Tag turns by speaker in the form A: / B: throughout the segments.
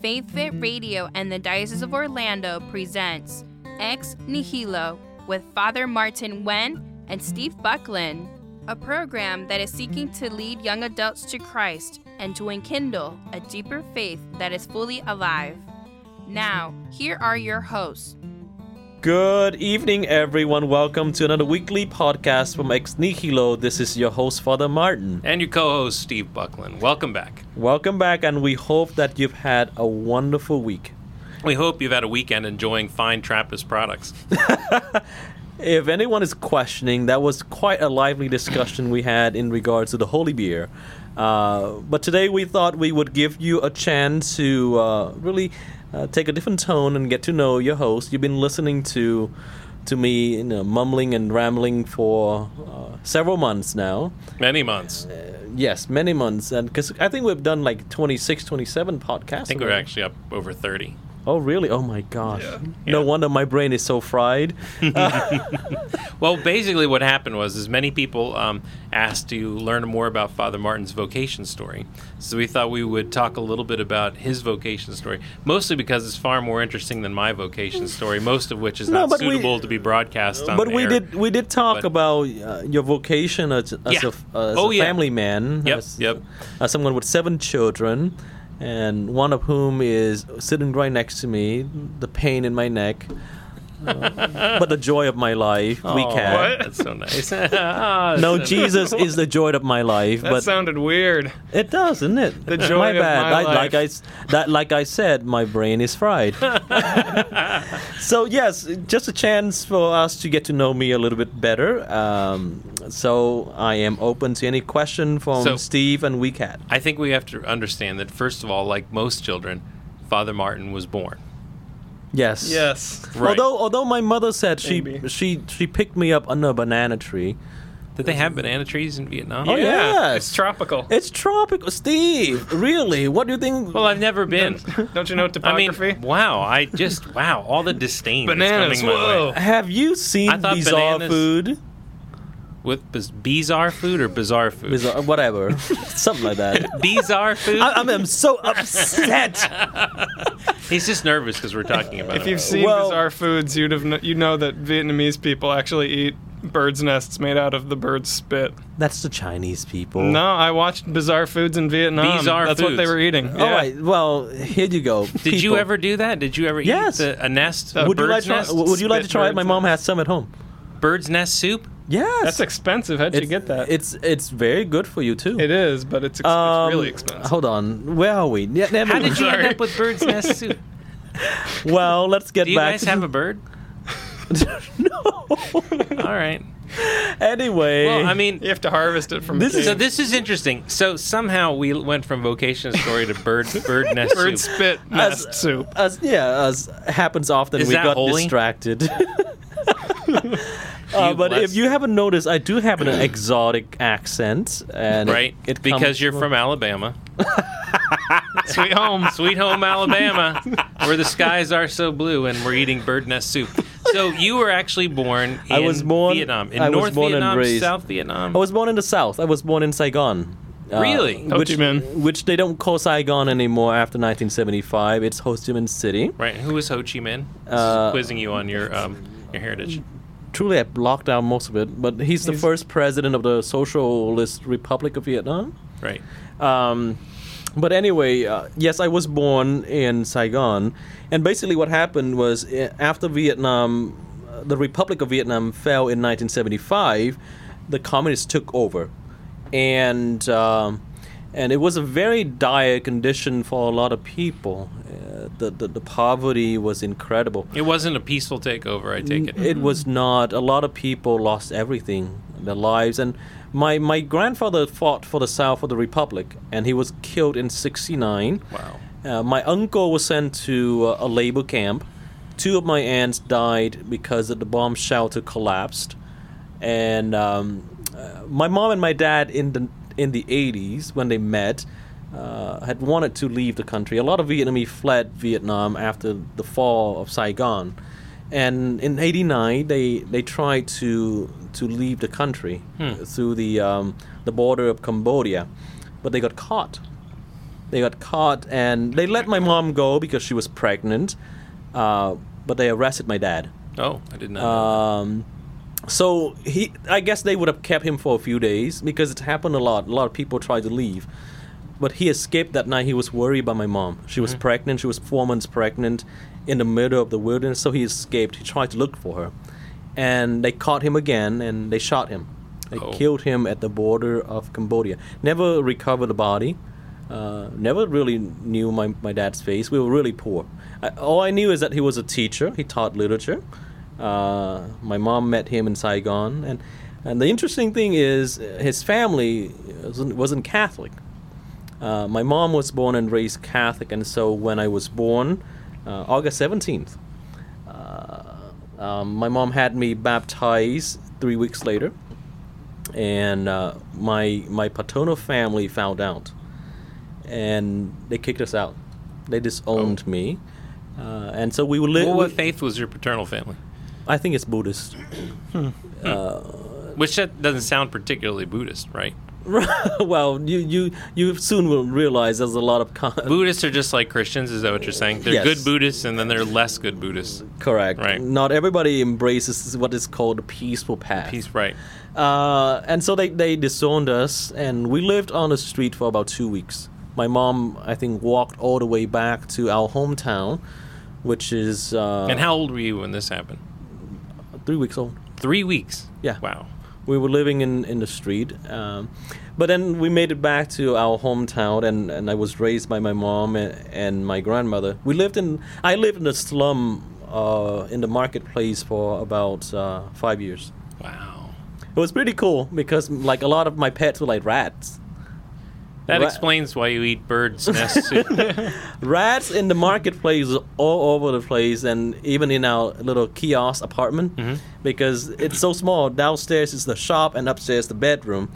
A: Faith Fit Radio and the Diocese of Orlando presents Ex Nihilo with Father Martin Wen and Steve Buckland, a program that is seeking to lead young adults to Christ and to enkindle a deeper faith that is fully alive. Now, here are your hosts.
B: Good evening, everyone. Welcome to another weekly podcast from Ex Nihilo. This is your host, Father Martin.
C: And your co host, Steve Buckland. Welcome back.
B: Welcome back, and we hope that you've had a wonderful week.
C: We hope you've had a weekend enjoying fine Trappist products.
B: If anyone is questioning, that was quite a lively discussion we had in regards to the holy beer. Uh, but today we thought we would give you a chance to uh, really uh, take a different tone and get to know your host. You've been listening to to me you know, mumbling and rambling for uh, several months now.
C: Many months. I
B: Yes, many months, and because I think we've done like 26, 27 podcasts. I
C: think we're actually up over 30.
B: Oh, really? Oh my gosh! No
C: Yeah.
B: wonder my brain is so fried.
C: Well, basically, what happened was is many people um, asked to learn more about Father Martin's vocation story. So we thought we would talk a little bit about his vocation story, mostly because it's far more interesting than my vocation story, most of which is
B: No,
C: not
B: but we-
C: suitable to be broadcast on
B: but
C: the
B: we
C: air.
B: did we did talk
C: But-
B: about uh, your vocation as, as
C: Yeah.
B: a, f- uh, as
C: Oh,
B: a
C: yeah.
B: family man.
C: Yep,
B: As,
C: yep.
B: As someone with seven children, and one of whom is sitting right next to me, the pain in my neck, uh, but the joy of my life. we
C: Aw,
B: can.
C: That's so nice. Ah,
B: No,
C: that's-
B: Jesus is the joy of my life,
D: That
B: but
D: sounded weird.
B: it does, isn't it?
D: The joy
B: my
D: of
B: bad.
D: my
B: I, Like
D: life.
B: I, s- that, like I said, my brain is fried. so yes, just a chance for us to get to know me a little bit better. Um, so I am open to any question from
C: So-
B: Steve and WeCat.
C: I think we have to understand that first of all, like most children, Father Martin was born.
B: Yes.
D: Yes.
C: Right.
B: Although, although my mother said she
D: Maybe.
B: she she picked me up under a banana tree.
C: Did they have banana trees in Vietnam?
B: Oh, yes.
D: It's tropical.
B: It's tropical, Steve. Really? What do you think?
C: Well, I've never been.
D: Don't you know
C: I mean,
D: topography?
C: wow! I just wow! All the disdain that's
D: Bananas.
C: coming my
D: Whoa.
C: way.
B: have you seen
C: I thought
B: bizarre
C: bananas-
B: food?
C: with biz- bizarre food or bizarre food.
B: Bizarre, whatever, something like that.
C: Bizarre food.
B: I, I'm, I'm so upset.
C: He's just nervous because we're talking about
D: If
C: it.
D: you've seen
B: Well-
D: bizarre foods, you'd have kn- you know that Vietnamese people actually eat birds' nests made out of the bird's spit.
B: That's the Chinese people.
D: No, I watched bizarre foods in Vietnam.
C: Bizarre
D: That's what they
C: foods. Oh,
D: were eating.
B: All right. Well, here you go.
C: Did you ever do that? Did you ever
B: Yes.
C: eat the, a nest?
D: Uh,
C: A
B: Would you like
C: bird's
B: to try?
C: nest?
B: Would you like to
D: Spit
B: try it? My
D: birds
B: mom has some at home.
C: bird's nest soup?
B: Yes.
D: That's expensive. How'd you
B: It's-
D: get that?
B: It's it's very good for you too.
D: it is, but it's, ex-
B: Um,
D: it's really expensive.
B: Hold on. Where are we? Yeah, never
C: How did
B: mind.
C: you end
D: Sorry.
C: up with bird's nest soup?
B: Well, let's get
C: Do you
B: back.
C: guys
B: to
C: have a bird?
B: no.
C: All right.
B: anyway.
C: Well, I mean,
D: You have to harvest it from
B: This is
D: the
C: So this is interesting. So somehow we went from vocation story to bird bird nest
D: bird
C: soup.
D: spit nest soup.
B: as yeah, as happens often,
C: Is
B: we
C: that
B: got
C: holy?
B: distracted. Uh,
C: You
B: but if
C: blessed.
B: you haven't noticed, I do have an exotic accent, and it-
C: right?
B: It, comes
C: because you're from Alabama,
D: Sweet home.
C: sweet home Alabama, where the skies are so blue, and we're eating bird nest soup. So you were actually born. In
B: I was born-
C: Vietnam, in
B: I was
C: North
B: born and
C: Vietnam,
B: raised-
C: South Vietnam.
B: I was born in the South. I was born in Saigon. Uh,
C: Really?
D: Ho
B: which,
D: Chi Minh.
B: which they don't call Saigon anymore after 1975. It's Ho Chi Minh City.
C: right? Who was Ho Chi Minh? This is
B: Uh,
C: quizzing you on your um, your heritage.
B: Truly, I blocked out most of it, but he's the
D: He's-
B: first president of the Socialist Republic of Vietnam.
C: Right.
B: Um, but anyway, uh, yes, I was born in Saigon, and basically what happened was uh, after Vietnam, uh, the Republic of Vietnam fell in 1975, the communists took over, and um, and it was a very dire condition for a lot of people. Uh, the, the the poverty was incredible.
C: It wasn't a peaceful takeover. I take it.
B: It was not. A lot of people lost everything, their lives. And my, my grandfather fought for the South of the Republic, and he was killed in 69.
C: Wow.
B: Uh, my uncle was sent to uh, a labor camp. Two of my aunts died because of the bomb shelter collapsed. And um, uh, my mom and my dad in the in the 80s, when they met, uh, had wanted to leave the country. A lot of Vietnamese fled Vietnam after the fall of Saigon. And in '89, they, they tried to to leave the country through the um, the border of Cambodia, but they got caught They got caught and they let my mom go because she was pregnant, uh, but they arrested my dad.
C: Oh, I did not. know.
B: Um, so he, I guess they would have kept him for a few days because it happened a lot. A lot of people tried to leave, but he escaped that night. He was worried about my mom. She was pregnant. She was four months pregnant, in the middle of the wilderness. So he escaped. He tried to look for her, and they caught him again and they shot him. They
C: Oh.
B: killed him at the border of Cambodia. Never recovered the body. Uh, never really knew my, my dad's face. We were really poor. I, all I knew is that he was a teacher. He taught literature. Uh, my mom met him in Saigon, and and the interesting thing is uh, his family wasn't, wasn't Catholic. Uh, my mom was born and raised Catholic, and so when I was born, uh, August seventeenth, uh, um, my mom had me baptized three weeks later, and uh, my my paternal family found out, and they kicked us out. They disowned me, uh, and so we were li-
C: well, what
B: we-
C: faith was your paternal family?
B: I think it's Buddhist.
C: Which that doesn't sound particularly Buddhist, right?
B: well, you, you you soon will realize there's a lot of con-
C: Buddhists are just like Christians, is that what you're saying? They're
B: Yes.
C: good Buddhists and then they're less good Buddhists.
B: correct.
C: Right.
B: Not everybody embraces what is called the peaceful path.
C: He's right.
B: Uh, and so they, they disowned us, and we lived on the street for about two weeks. My mom, I think, walked all the way back to our hometown, which is uh,
C: and how old were you when this happened?
B: three weeks old.
C: Three weeks.
B: Yeah.
C: Wow.
B: we were living in, in the street. Um, but then we made it back to our hometown, and, and I was raised by my mom and, and my grandmother. We lived in I lived in a slum uh, in the marketplace for about uh, five years.
C: Wow.
B: It was pretty cool because like a lot of my pets were like rats.
C: That
B: Ra-
C: explains why you eat birds' nests. soup.
B: Rats in the marketplace all over the place, and even in our little kiosk apartment,
C: Mm-hmm.
B: because it's so small. Downstairs is the shop, and upstairs the bedroom,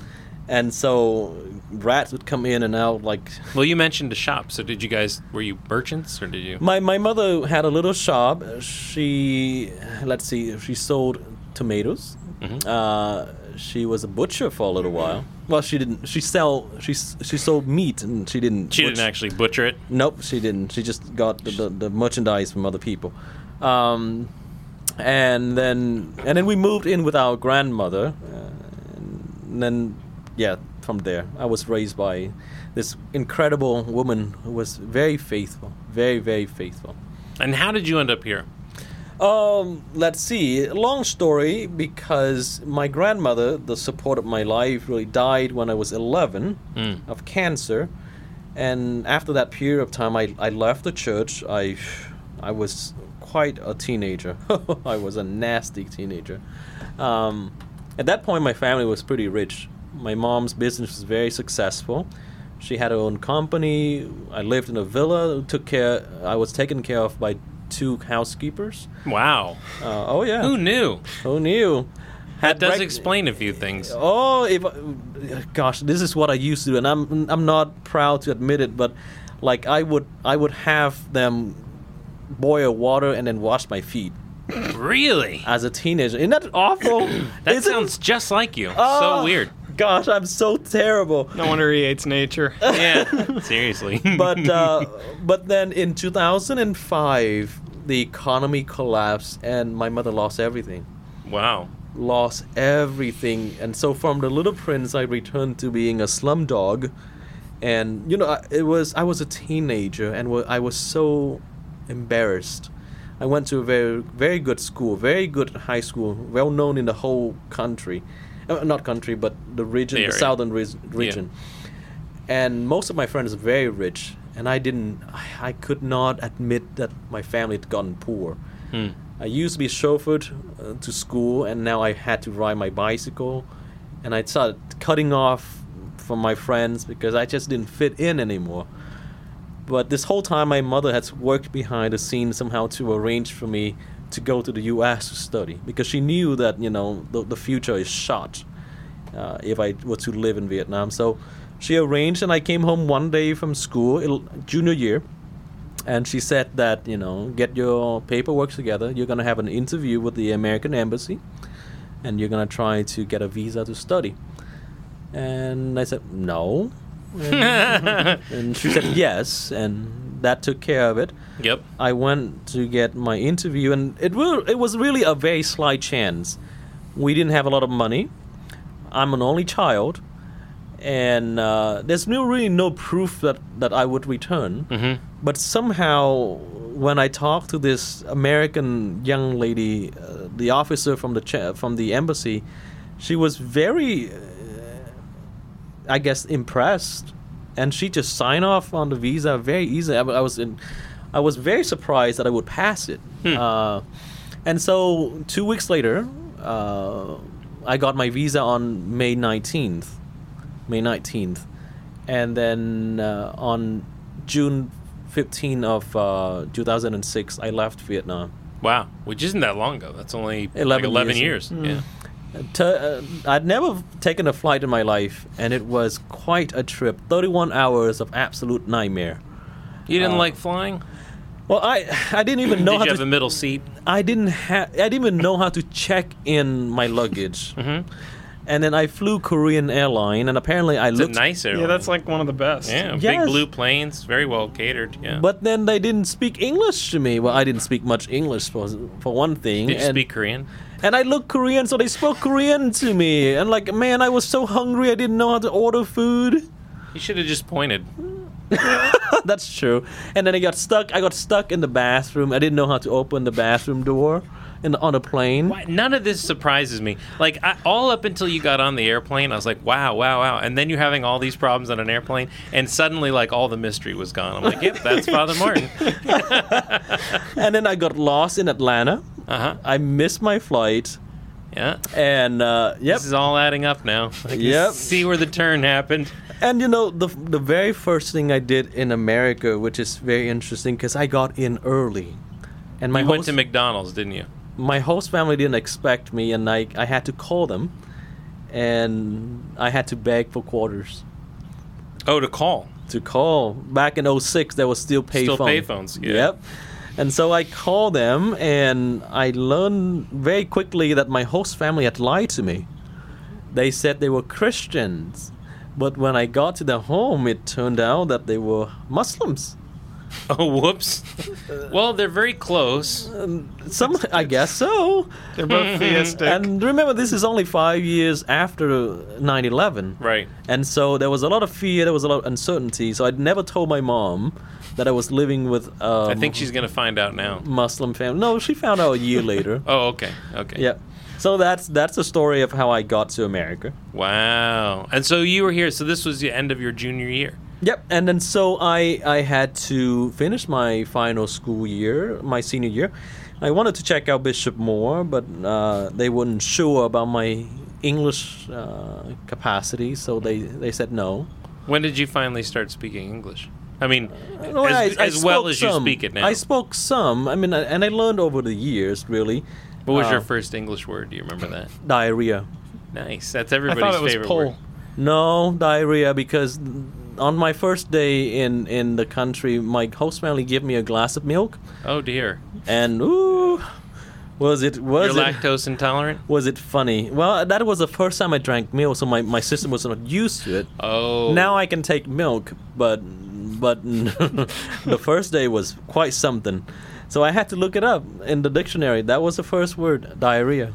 B: and so rats would come in and out. Like
C: well, you mentioned a shop, so did you guys were you merchants or did you?
B: my my mother had a little shop. She let's see, she sold tomatoes.
C: Mm-hmm.
B: Uh, she was a butcher for a little while. Well, she didn't. She sell. She s- she sold meat, and she didn't.
C: She didn't
B: butch-
C: actually butcher it.
B: Nope, she didn't. She just got the, the, the merchandise from other people. Um, and then and then we moved in with our grandmother. Uh, and then yeah, from there I was raised by this incredible woman who was very faithful, very very faithful.
C: And how did you end up here?
B: Um, let's see. Long story because my grandmother, the support of my life, really died when I was 11 of cancer. And after that period of time, I, I left the church. I, I was quite a teenager. I was a nasty teenager. Um, at that point, my family was pretty rich. My mom's business was very successful. She had her own company. I lived in a villa. Took care. I was taken care of by two housekeepers.
C: Wow.
B: Uh, oh yeah.
C: Who knew?
B: Who knew?
C: That
B: Had
C: does
B: brec-
C: explain a few things.
B: Oh, if I- gosh, this is what I used to, do, and I'm I'm not proud to admit it, but like I would I would have them boil water and then wash my feet
C: Really?
B: as a teenager. Isn't that awful?
C: That
B: Isn't-
C: sounds just like you.
B: Oh,
C: so weird.
B: Gosh, I'm so terrible.
D: No wonder he hates nature.
C: Yeah. Seriously.
B: but uh, but then in 2005, the economy collapsed, and my mother lost everything.
C: wow.
B: lost everything. And so from the Little Prince, I returned to being a slum dog. And you know, I- it was I was a teenager, and wa- I was so embarrassed. I went to a very very good school, very good high school, well known in the whole country, uh, not country, but the region,
C: The
B: the
C: area.
B: southern res- region. And most of my friends were very rich, and I didn't. I- I could not admit that my family had gotten poor. I used to be chauffeured uh, to school, and now I had to ride my bicycle. And I started cutting off from my friends because I just didn't fit in anymore. But this whole time, my mother has worked behind the scenes somehow to arrange for me to go to the U.S. to study because she knew that you know the, the future is shot uh, if I were to live in Vietnam. So she arranged, and I came home one day from school, il- junior year, and she said that you know get your paperwork together. You're gonna have an interview with the American embassy, and you're gonna try to get a visa to study. And I said no. And she said yes, and that took care of it.
C: Yep.
B: I went to get my interview, and it will, it was really a very slight chance. We didn't have a lot of money. I'm an only child, and uh, there's no really no proof that that I would return.
C: Mm-hmm.
B: But somehow, when I talked to this American young lady, uh, the officer from the cha- from the embassy, she was very, uh, I guess, impressed, and she just signed off on the visa very easily. I, I was in, I was very surprised that I would pass it. Uh, and so two weeks later, uh, I got my visa on May nineteenth, May nineteenth, and then uh, on June fifteenth of uh, two thousand and six, I left Vietnam.
C: Wow. Which isn't that long ago. That's only like
B: 11
C: 11 years.
B: years. Mm.
C: Yeah.
B: To, uh, I'd never taken a flight in my life, and it was quite a trip. Thirty-one hours of absolute nightmare.
C: You didn't like flying?
B: Well, I I didn't even know
C: Did
B: how
C: you
B: to.
C: have a middle seat?
B: I didn't have. I didn't even know how to check in my luggage.
C: Mhm.
B: And then I flew Korean Airline, and apparently I
C: It's a
B: looked.
C: nice airline.
D: Yeah, that's like one of the best.
C: Yeah, big
B: Yes.
C: blue planes, very well catered. Yeah.
B: But then they didn't speak English to me. Well, I didn't speak much English for for one thing.
C: did you
B: and,
C: speak Korean?
B: and I looked Korean, so they spoke Korean to me. And like, man, I was so hungry. I didn't know how to order food.
C: You should have just pointed.
B: That's true. And then I got stuck. I got stuck in the bathroom. I didn't know how to open the bathroom door in on a plane.
C: Why- None of this surprises me. Like I, all up until you got on the airplane, I was like, "Wow, wow, wow!" And then you're having all these problems on an airplane, and suddenly, like, all the mystery was gone. I'm like, "Yep, that's Father Martin."
B: And then I got lost in Atlanta.
C: Uh huh.
B: I missed my flight.
C: Yeah.
B: And uh, yep.
C: This is all adding up now. I can
B: Yep.
C: See where the turn happened.
B: And you know, the the very first thing I did in America, which is very interesting, because I got in early, and my
C: you went
B: host,
C: to McDonald's, didn't you?
B: my host family didn't expect me, and I I had to call them, and I had to beg for quarters
C: Oh, to call.
B: to call. Back in 06, there was still payphone.
C: Still payphones, yeah.
B: Yep. And so I called them, and I learned very quickly that my host family had lied to me. They said they were Christians, but when I got to their home, it turned out that they were Muslims.
C: Oh, whoops. well, they're very close.
B: Some, I guess so.
D: They're both theistic.
B: And remember, this is only five years after 9/11.
C: Right.
B: And so there was a lot of fear, there was a lot of uncertainty. So I'd never told my mom that I was living with. Um,
C: I think she's gonna find out now.
B: Muslim family. No, she found out a year later.
C: Oh, okay. Okay.
B: Yeah. So that's that's the story of how I got to America.
C: Wow. And so you were here. So this was the end of your junior year.
B: Yep. And then so I I had to finish my final school year, my senior year. I wanted to check out Bishop Moore, but uh, they weren't sure about my English uh, capacity, so they, they said no.
C: When did you finally start speaking English? I mean,
B: Well,
C: as,
B: I- I
C: as well
B: spoke
C: as you
B: some.
C: speak it now.
B: I spoke some. I mean, I- and I learned over the years, really.
C: what was
B: uh,
C: your first English word? Do you remember that?
B: Diarrhea.
C: Nice. That's
D: I
C: everybody's
D: thought it was
C: favorite
D: pole.
C: word.
B: No, diarrhea because on my first day in in the country, my host family gave me a glass of milk,
C: Oh dear.
B: and ooh, was it was
C: You're
B: it
C: lactose intolerant.
B: was it funny? Well, that was the first time I drank milk, so my my system was not used to it.
C: Oh.
B: Now I can take milk, but but the first day was quite something. So I had to look it up in the dictionary. That was the first word, diarrhea.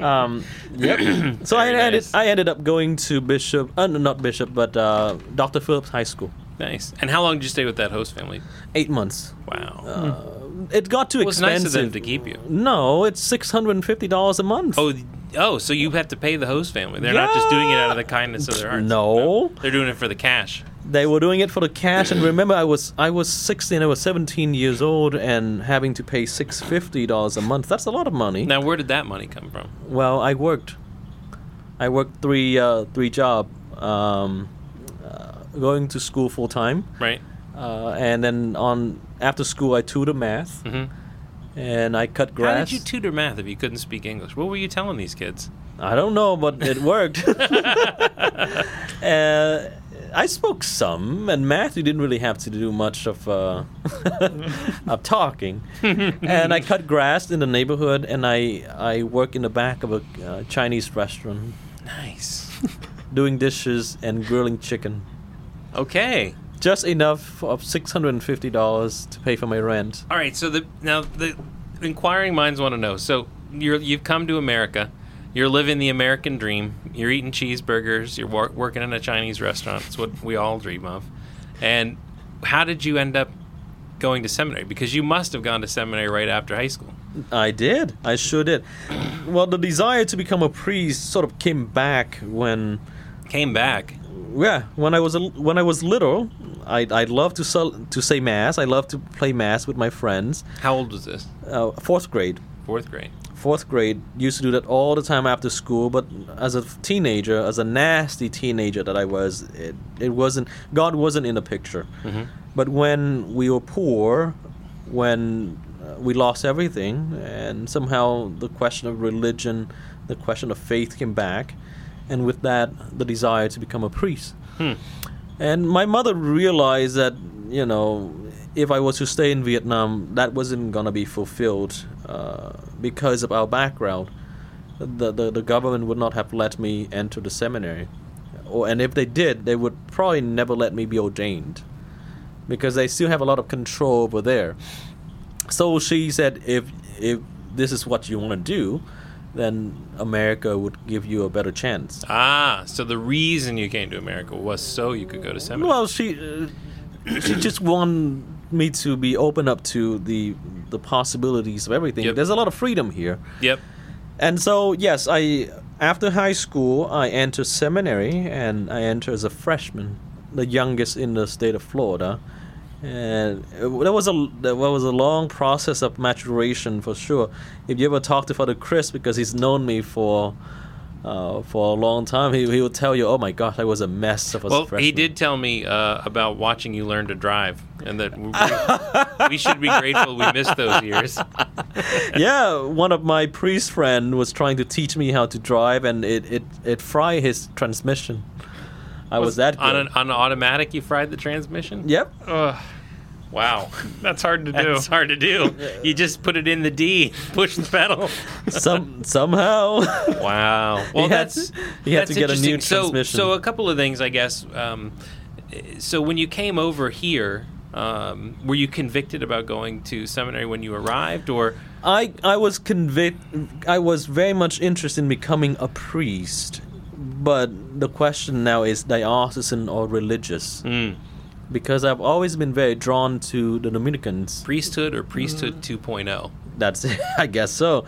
B: um, yep. so I
C: Very
B: ended
C: nice.
B: I ended up going to Bishop, uh, no, not Bishop, but uh, Dr. Phillips High School.
C: Nice. And how long did you stay with that host family?
B: Eight months.
C: Wow.
B: It got too
C: it was nice
B: Uh, expensive.
C: of them to keep you.
B: no, it's six hundred and fifty dollars a month.
C: Oh, oh, so you have to pay the host family. They're not just doing it out of the kindness of their hearts.
B: No.
C: They're doing it for the cash.
B: they were doing it for the cash and remember i was i was 16 i was 17 years old and having to pay 650 dollars a month that's a lot of money
C: Now, where did that money come from?
B: well i worked i worked three uh, three job um, uh, going to school full time
C: Right?
B: uh, and then on after school i tutored math
C: Mhm.
B: and i cut
C: How
B: grass
C: did you tutor math if you couldn't speak English? What were you telling these kids?
B: I don't know, but it worked. uh, I spoke some, and math you didn't really have to do much of uh, of talking. and I cut grass in the neighborhood, and I I work in the back of a uh, Chinese restaurant,
C: Nice.
B: doing dishes and grilling chicken.
C: Okay.
B: Just enough of $650 to pay for my rent.
C: All right. So the now the inquiring minds want to know. So you're you've come to America. You're living the American dream. You're eating cheeseburgers. You're wor- working in a Chinese restaurant. It's what we all dream of. And how did you end up going to seminary? Because you must have gone to seminary right after high school.
B: I did. I sure did. Well, the desire to become a priest sort of came back when
C: Came back.
B: yeah, when I was a, when I was little, I I loved to sell, to say mass. I loved to play mass with my friends.
C: How old was this?
B: Uh, fourth grade,
C: Fourth grade.
B: fourth grade used to do that all the time after school. But as a teenager, as a nasty teenager that I was, it it wasn't God wasn't in the picture. But when we were poor, when uh, we lost everything, and somehow the question of religion, the question of faith came back, and with that the desire to become a priest. And my mother realized that, you know, if I was to stay in Vietnam, that wasn't going to be fulfilled uh, because of our background. The, the, the government would not have let me enter the seminary. Or, and if they did, they would probably never let me be ordained because they still have a lot of control over there. So she said, if, if this is what you want to do, then America would give you a better chance.
C: Ah, so the reason you came to America was so you could go to seminary.
B: Well, she uh, she just wanted me to be open up to the the possibilities of everything.
C: Yep.
B: There's a lot of freedom here,
C: yep.
B: and so yes, I after high school I entered seminary and I entered as a freshman, the youngest in the state of Florida. And it- there was a there was a long process of maturation for sure. If you ever talk to Father Chris, because he's known me for uh, for a long time, he, he would tell you, "Oh my gosh, I was a mess of a
C: Well,
B: freshman."
C: he did tell me uh, about watching you learn to drive, and that we, we should be grateful we missed those years.
B: yeah, one of my priest friend was trying to teach me how to drive, and it it it fried his transmission. I was, that
C: on an,
B: good.
C: on an automatic? You fried the transmission.
B: yep.
D: Ugh,
C: Wow,
D: that's hard to do.
C: that's hard to do. You just put it in the D, push the pedal.
B: Some somehow.
C: Wow. Well,
B: had-
C: that's
B: he had
C: that's
B: to get a new
C: interesting. so,
B: transmission.
C: So a couple of things, I guess. Um, so when you came over here, um, were you convicted about going to seminary when you arrived, or
B: I I was convict. I was very much interested in becoming a priest, but the question now is diocesan or religious,
C: Mm.
B: because I've always been very drawn to the Dominicans.
C: priesthood or priesthood oh? 2.0?
B: That's it, I guess so.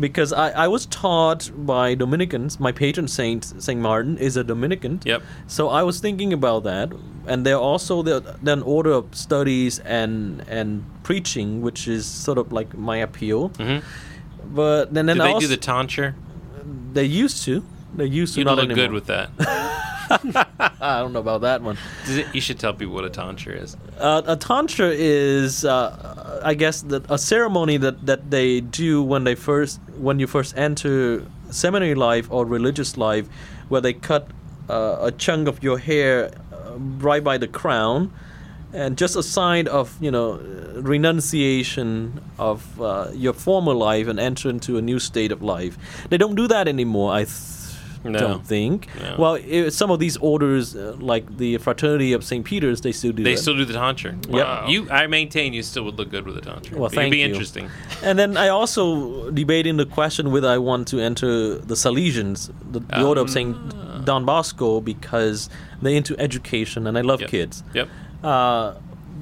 B: Because I, I was taught by Dominicans, my patron saint, St. Martin, is a Dominican.
C: Yep.
B: So I was thinking about that. And there are also the, an order of studies and and preaching, which is sort of like my appeal.
C: Mhm.
B: But then, then
C: Did they
B: also,
C: do the tonsure?
B: they used to. They used to
C: You'd
B: not
C: look
B: anymore.
C: good with that.
B: I don't know about that one.
C: Does it- you should tell people what a tonsure is.
B: Uh, a tantra is, uh, I guess, the, a ceremony that, that they do when they first when you first enter seminary life or religious life, where they cut uh, a chunk of your hair uh, right by the crown, and just a sign of you know renunciation of uh, your former life and enter into a new state of life. They don't do that anymore. I. Th-
C: No.
B: Don't think.
C: No.
B: Well, i some of these orders, uh, like the Fraternity of St. Peter's, they still do.
C: They
B: that.
C: still do the tonsure.
B: Wow.
C: You, I maintain you still would look good with a tonsure.
B: Well,
C: It'd
B: thank
C: be
B: you.
C: interesting.
B: And then I also debating the question whether I want to enter the Salesians, the, the order
C: Um,
B: of Saint Don Bosco, because they're into education and I love
C: Yep.
B: kids.
C: Yep.
B: Uh,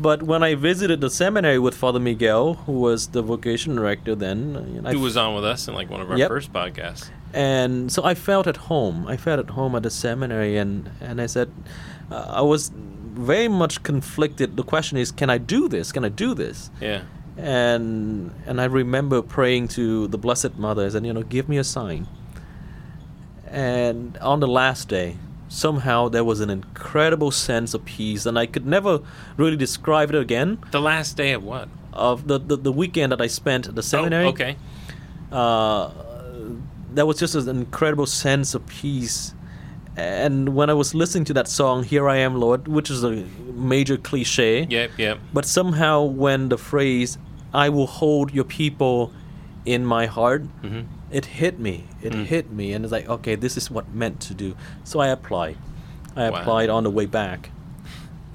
B: but when I visited the seminary with Father Miguel, who was the vocation director then, I,
C: Who was on with us in like one of our
B: Yep.
C: first podcasts?
B: and so I felt at home. I felt at home at the seminary, and and I said, uh, I was very much conflicted. The question is, can I do this? Can I do this?
C: Yeah.
B: and and I remember praying to the Blessed Mother and you know, give me a sign. And on the last day, somehow there was an incredible sense of peace, and I could never really describe it again.
C: The last day of what?
B: Of the the, the weekend that I spent at the seminary,
C: Oh, okay.
B: uh, there was just an incredible sense of peace. And when I was listening to that song, "Here I Am, Lord," which is a major cliche,
C: Yep. Yep.
B: but somehow, when the phrase, I will hold your people in my heart,
C: Mm-hmm.
B: it hit me. It
C: Mm.
B: hit me. And it's like, okay, this is what meant to do. So I applied. I
C: Wow.
B: applied on the way back.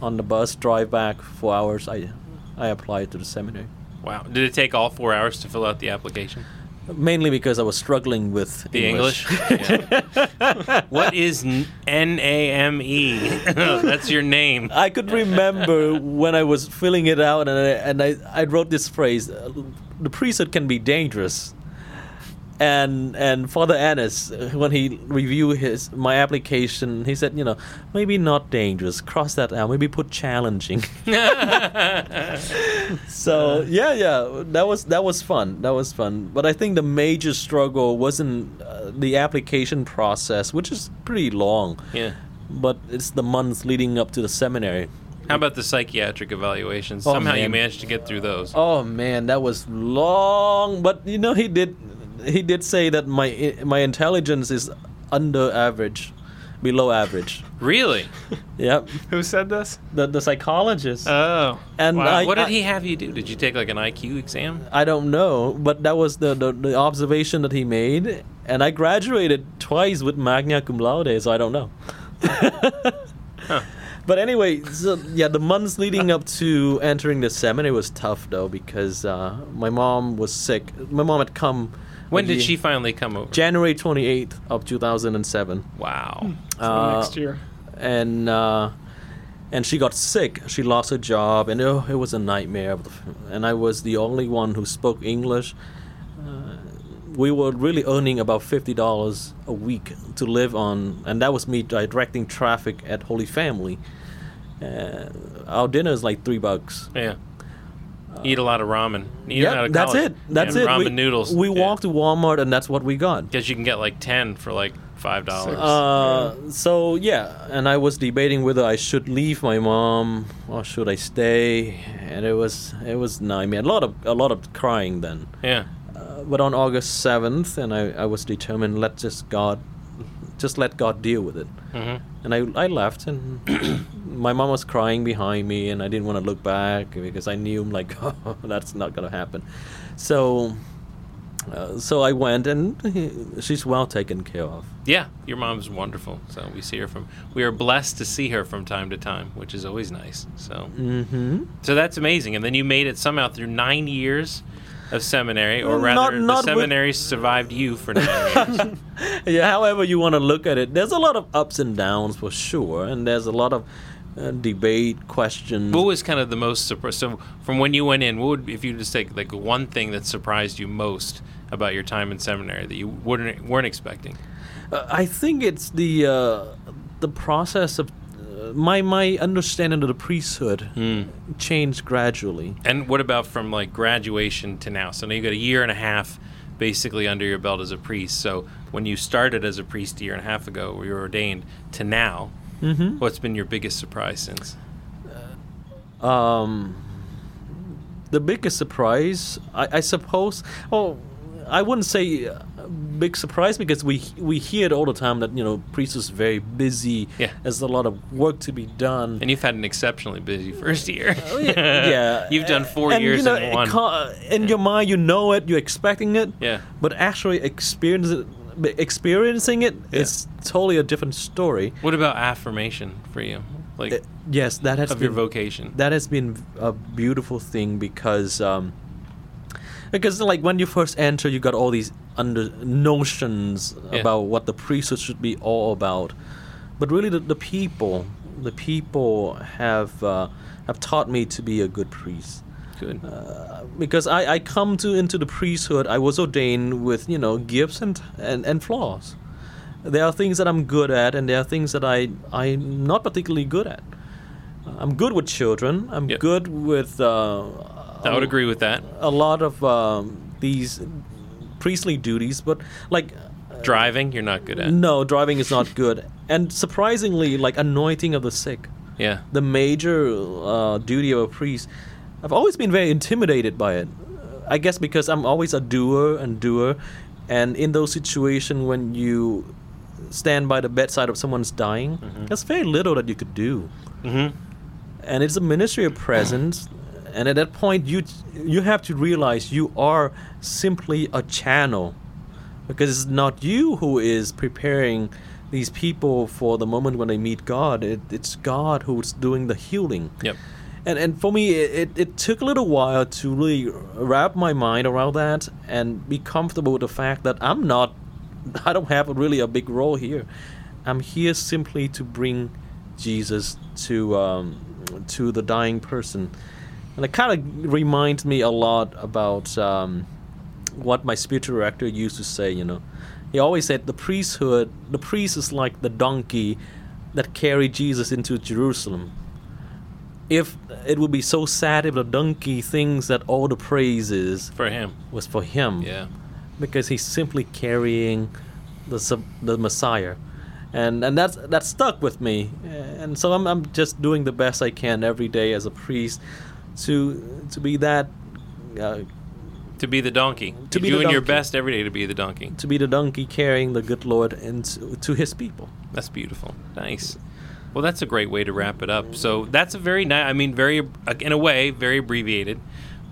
B: on the bus, drive back four hours. I, I applied to the seminary.
C: Wow. Did it take all four hours to fill out the application?
B: Mainly because I was struggling with
C: The English? Yeah. what is N A M E? That's your name.
B: I could remember when I was filling it out, and I, and I, I wrote this phrase: uh, "The priesthood can be dangerous." And and Father Annis, uh, when he reviewed his my application, he said, you know, maybe not dangerous. Cross that out. Maybe put challenging. so yeah, yeah, that was that was fun. That was fun. But I think the major struggle wasn't uh, the application process, which is pretty long
C: yeah.
B: but it's the months leading up to the seminary.
C: How about the psychiatric evaluations?
B: Oh,
C: Somehow you
B: man.
C: managed to get through those.
B: Oh man, that was long. But you know, he did, he did say that my my intelligence is under average, below average.
C: Really?
B: yep,
D: Who said this?
B: the the psychologist.
D: Oh.
B: and
D: wow.
B: I,
C: what did
B: I-
C: he have you do? Did you take like an IQ exam?
B: I don't know, but that was the, the the observation that he made, and I graduated twice with magna cum laude, so I don't know. Uh, But anyway, so, yeah, the months leading up to entering the seminary was tough though because uh, my mom was sick. My mom had come.
C: When
B: the-
C: did she finally come over?
B: January twenty eighth of two thousand and seven,
C: wow.
D: So
B: Uh,
D: next year.
B: and uh, and she got sick. She lost her job, and oh, it was a nightmare. And I was the only one who spoke English. Uh, we were really earning about fifty dollars a week to live on, and that was me directing traffic at Holy Family. Uh, our dinner is like three bucks.
C: Yeah. Eat a lot of ramen. Eat
B: Yep,
C: out of
B: that's
C: college.
B: it. That's
C: And
B: it.
C: Ramen
B: we,
C: noodles.
B: We walked to Walmart, and that's what we got.
C: because you can get like ten for like five dollars.
B: Uh, so yeah, and I was debating whether I should leave my mom or should I stay, and it was it was nightmare. A lot of a lot of crying then.
C: yeah.
B: Uh, but on August seventh, and I, I was determined. Let just God, just let God deal with it.
C: Mm-hmm.
B: And I I left, and my mom was crying behind me, and I didn't want to look back because I knew like oh, that's not gonna happen. So. Uh, so I went, and she's well taken care of.
C: Yeah, your mom's wonderful. So we see her from. We are blessed to see her from time to time, which is always nice. So,
B: Mm-hmm.
C: so that's amazing. And then you made it somehow through nine years of seminary,
B: Well,
C: or rather,
B: not- not
C: the
B: with-
C: seminary survived you for nine years.
B: yeah, however you want to look at it, there's a lot of ups and downs for sure, and there's a lot of uh, debate, questions.
C: What was kind of the most surprised? So, from when you went in, what would if you just take like one thing that surprised you most about your time in seminary that you wouldn't weren't expecting?
B: Uh, I think it's the uh, the process of uh, my my understanding of the priesthood changed gradually.
C: And what about from like graduation to now? So now you got a year and a half basically under your belt as a priest. So when you started as a priest a year and a half ago, where you were ordained to now,
B: Mm-hmm.
C: what's been your biggest surprise since?
B: Um, the biggest surprise, I, I suppose. Oh, I wouldn't say uh, big surprise because we we hear it all the time that you know priests is very busy.
C: Yeah.
B: there's a lot of work to be done.
C: And you've had an exceptionally busy first year.
B: yeah.
C: You've done four
B: And,
C: years
B: you know,
C: in
B: it
C: one.
B: ca- in your mind, you know it, you're expecting it.
C: Yeah.
B: But actually, experience it, but experiencing it
C: Yeah.
B: is totally a different story.
C: What about affirmation for you? Like
B: Uh, yes, that has
C: of
B: been
C: your vocation?
B: that has been a beautiful thing because um, because like when you first enter, you got all these under notions
C: Yeah.
B: about what the priesthood should be all about, but really the, the people, the people have uh, have taught me to be a good priest
C: Good.
B: uh, because I, I come to into the priesthood I was ordained with you know gifts and, and and flaws there are things that I'm good at and there are things that I I'm not particularly good at I'm good with children I'm
C: Yep.
B: good with uh,
C: I would agree with that.
B: a lot of um, these priestly duties but like
C: Driving, you're not good at.
B: uh, no driving is not good and surprisingly like anointing of the sick
C: Yeah.
B: the major uh, duty of a priest. I've always been very intimidated by it. I guess because I'm always a doer and doer, and in those situations when you stand by the bedside of someone's dying, there's very little that you could do.
C: Mm-hmm.
B: And it's a ministry of presence, and at that point you you have to realize you are simply a channel, because it's not you who is preparing these people for the moment when they meet God, it, it's God who's doing the healing.
C: Yep.
B: And, and for me, it, it, it took a little while to really wrap my mind around that and be comfortable with the fact that I'm not, I don't have a, really a big role here. I'm here simply to bring Jesus to um, to the dying person, and it kind of reminds me a lot about um, what my spiritual director used to say. You know, he always said the priesthood, the priest is like the donkey that carried Jesus into Jerusalem. If it would be so sad if the donkey thinks that all the praises
C: for him.
B: was for him,
C: Yeah.
B: because he's simply carrying the sub- the Messiah, and and that's that stuck with me, and so I'm I'm just doing the best I can every day as a priest to to be that. Uh,
C: To be the donkey.
B: To
C: To
B: be
C: be
B: the
C: doing your
B: donkey.
C: best every day to be the donkey.
B: to be the donkey carrying the good Lord into to his people.
C: That's beautiful. Nice. Well, that's a great way to wrap it up. So that's a very nice. I mean, very in a way, very abbreviated,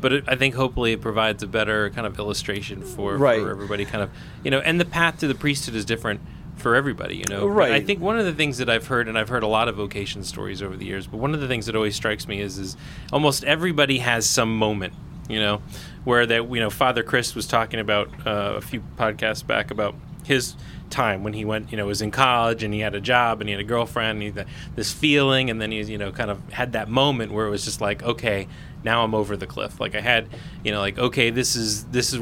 C: but it, I think hopefully it provides a better kind of illustration for
B: Right.
C: for everybody. Kind of you know, and the path to the priesthood is different for everybody. You know, But
B: Right.
C: I think one of the things that I've heard, and I've heard a lot of vocation stories over the years, but one of the things that always strikes me is is almost everybody has some moment. You know, where that you know Father Chris was talking about uh, a few podcasts back about his time when he went, you know, was in college and he had a job and he had a girlfriend and he had this feeling and then he, you know, kind of had that moment where it was just like, okay, now I'm over the cliff. Like I had, you know, like okay, this is this is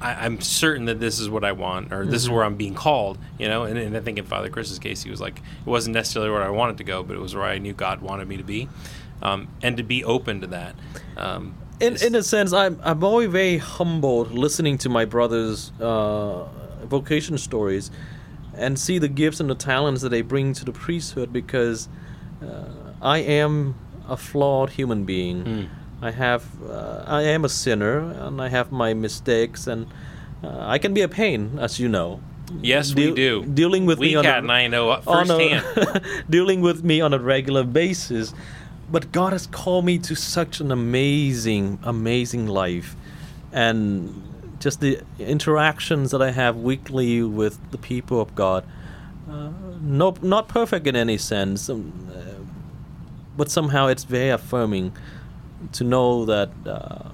C: I, I'm certain that this is what I want, or
B: Mm-hmm.
C: this is where I'm being called, you know. And, and I think in Father Chris's case, he was like, it wasn't necessarily where I wanted to go, but it was where I knew God wanted me to be, um, and to be open to that. Um,
B: In
C: is-
B: in a sense, I'm I'm always very humbled listening to my brother's uh, vocation stories, and see the gifts and the talents that they bring to the priesthood because uh, I am a flawed human being.
C: Hmm.
B: I have uh, I am a sinner and I have my mistakes and uh, I can be a pain, as you know.
C: yes, we
B: Deal-
C: do.
B: Dealing with
C: we
B: me on
C: Cat
B: a-
C: and I know
B: on
C: firsthand.
B: a, dealing with me on a regular basis. But God has called me to such an amazing, amazing life. And just the interactions that I have weekly with the people of God. Uh, no, not perfect in any sense, um, uh, but somehow it's very affirming to know that uh,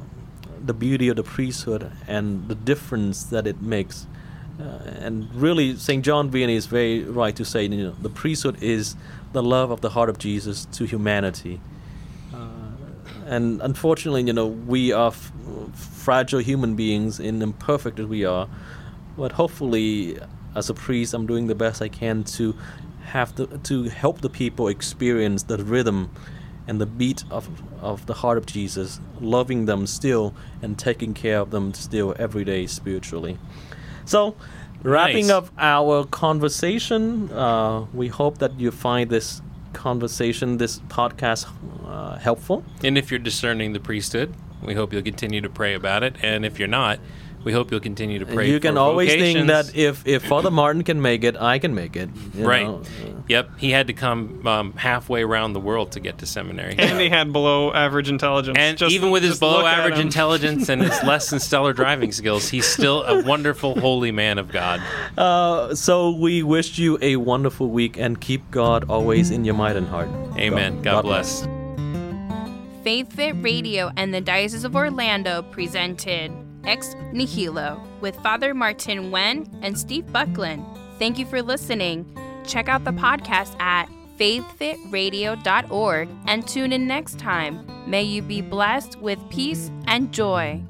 B: the beauty of the priesthood and the difference that it makes. Uh, and really, St. John Vianney is very right to say, you know, the priesthood is the love of the heart of Jesus to humanity. Uh, and unfortunately, you know, we are f- fragile human beings, in imperfect as we are. But hopefully, as a priest, I'm doing the best I can to have the, to help the people experience the rhythm and the beat of of the heart of Jesus, loving them still and taking care of them still every day spiritually. So, wrapping
C: Nice.
B: up our conversation, uh, we hope that you find this conversation, this podcast, uh, helpful.
C: And if you're discerning the priesthood, we hope you'll continue to pray about it. And if you're not, we hope you'll continue to pray.
B: you can
C: for
B: always think
C: vocations.
B: that if if Father Martin can make it, I can make it. you
C: right.
B: know.
C: Yep. He had to come um, halfway around the world to get to seminary.
D: And he had below average intelligence.
C: And
D: Just-
C: even with his
D: just look
C: below
D: at
C: average
D: him.
C: intelligence and his less than stellar driving skills, he's still a wonderful, holy man of God.
B: Uh, so we wish you a wonderful week and keep God always in your mind and heart.
C: Amen. God, bless.
A: Faith Fit Radio and the Diocese of Orlando presented Ex Nihilo with Father Martin Wen and Steve Buckland. Thank you for listening. Check out the podcast at faithfitradio.org and tune in next time. May you be blessed with peace and joy.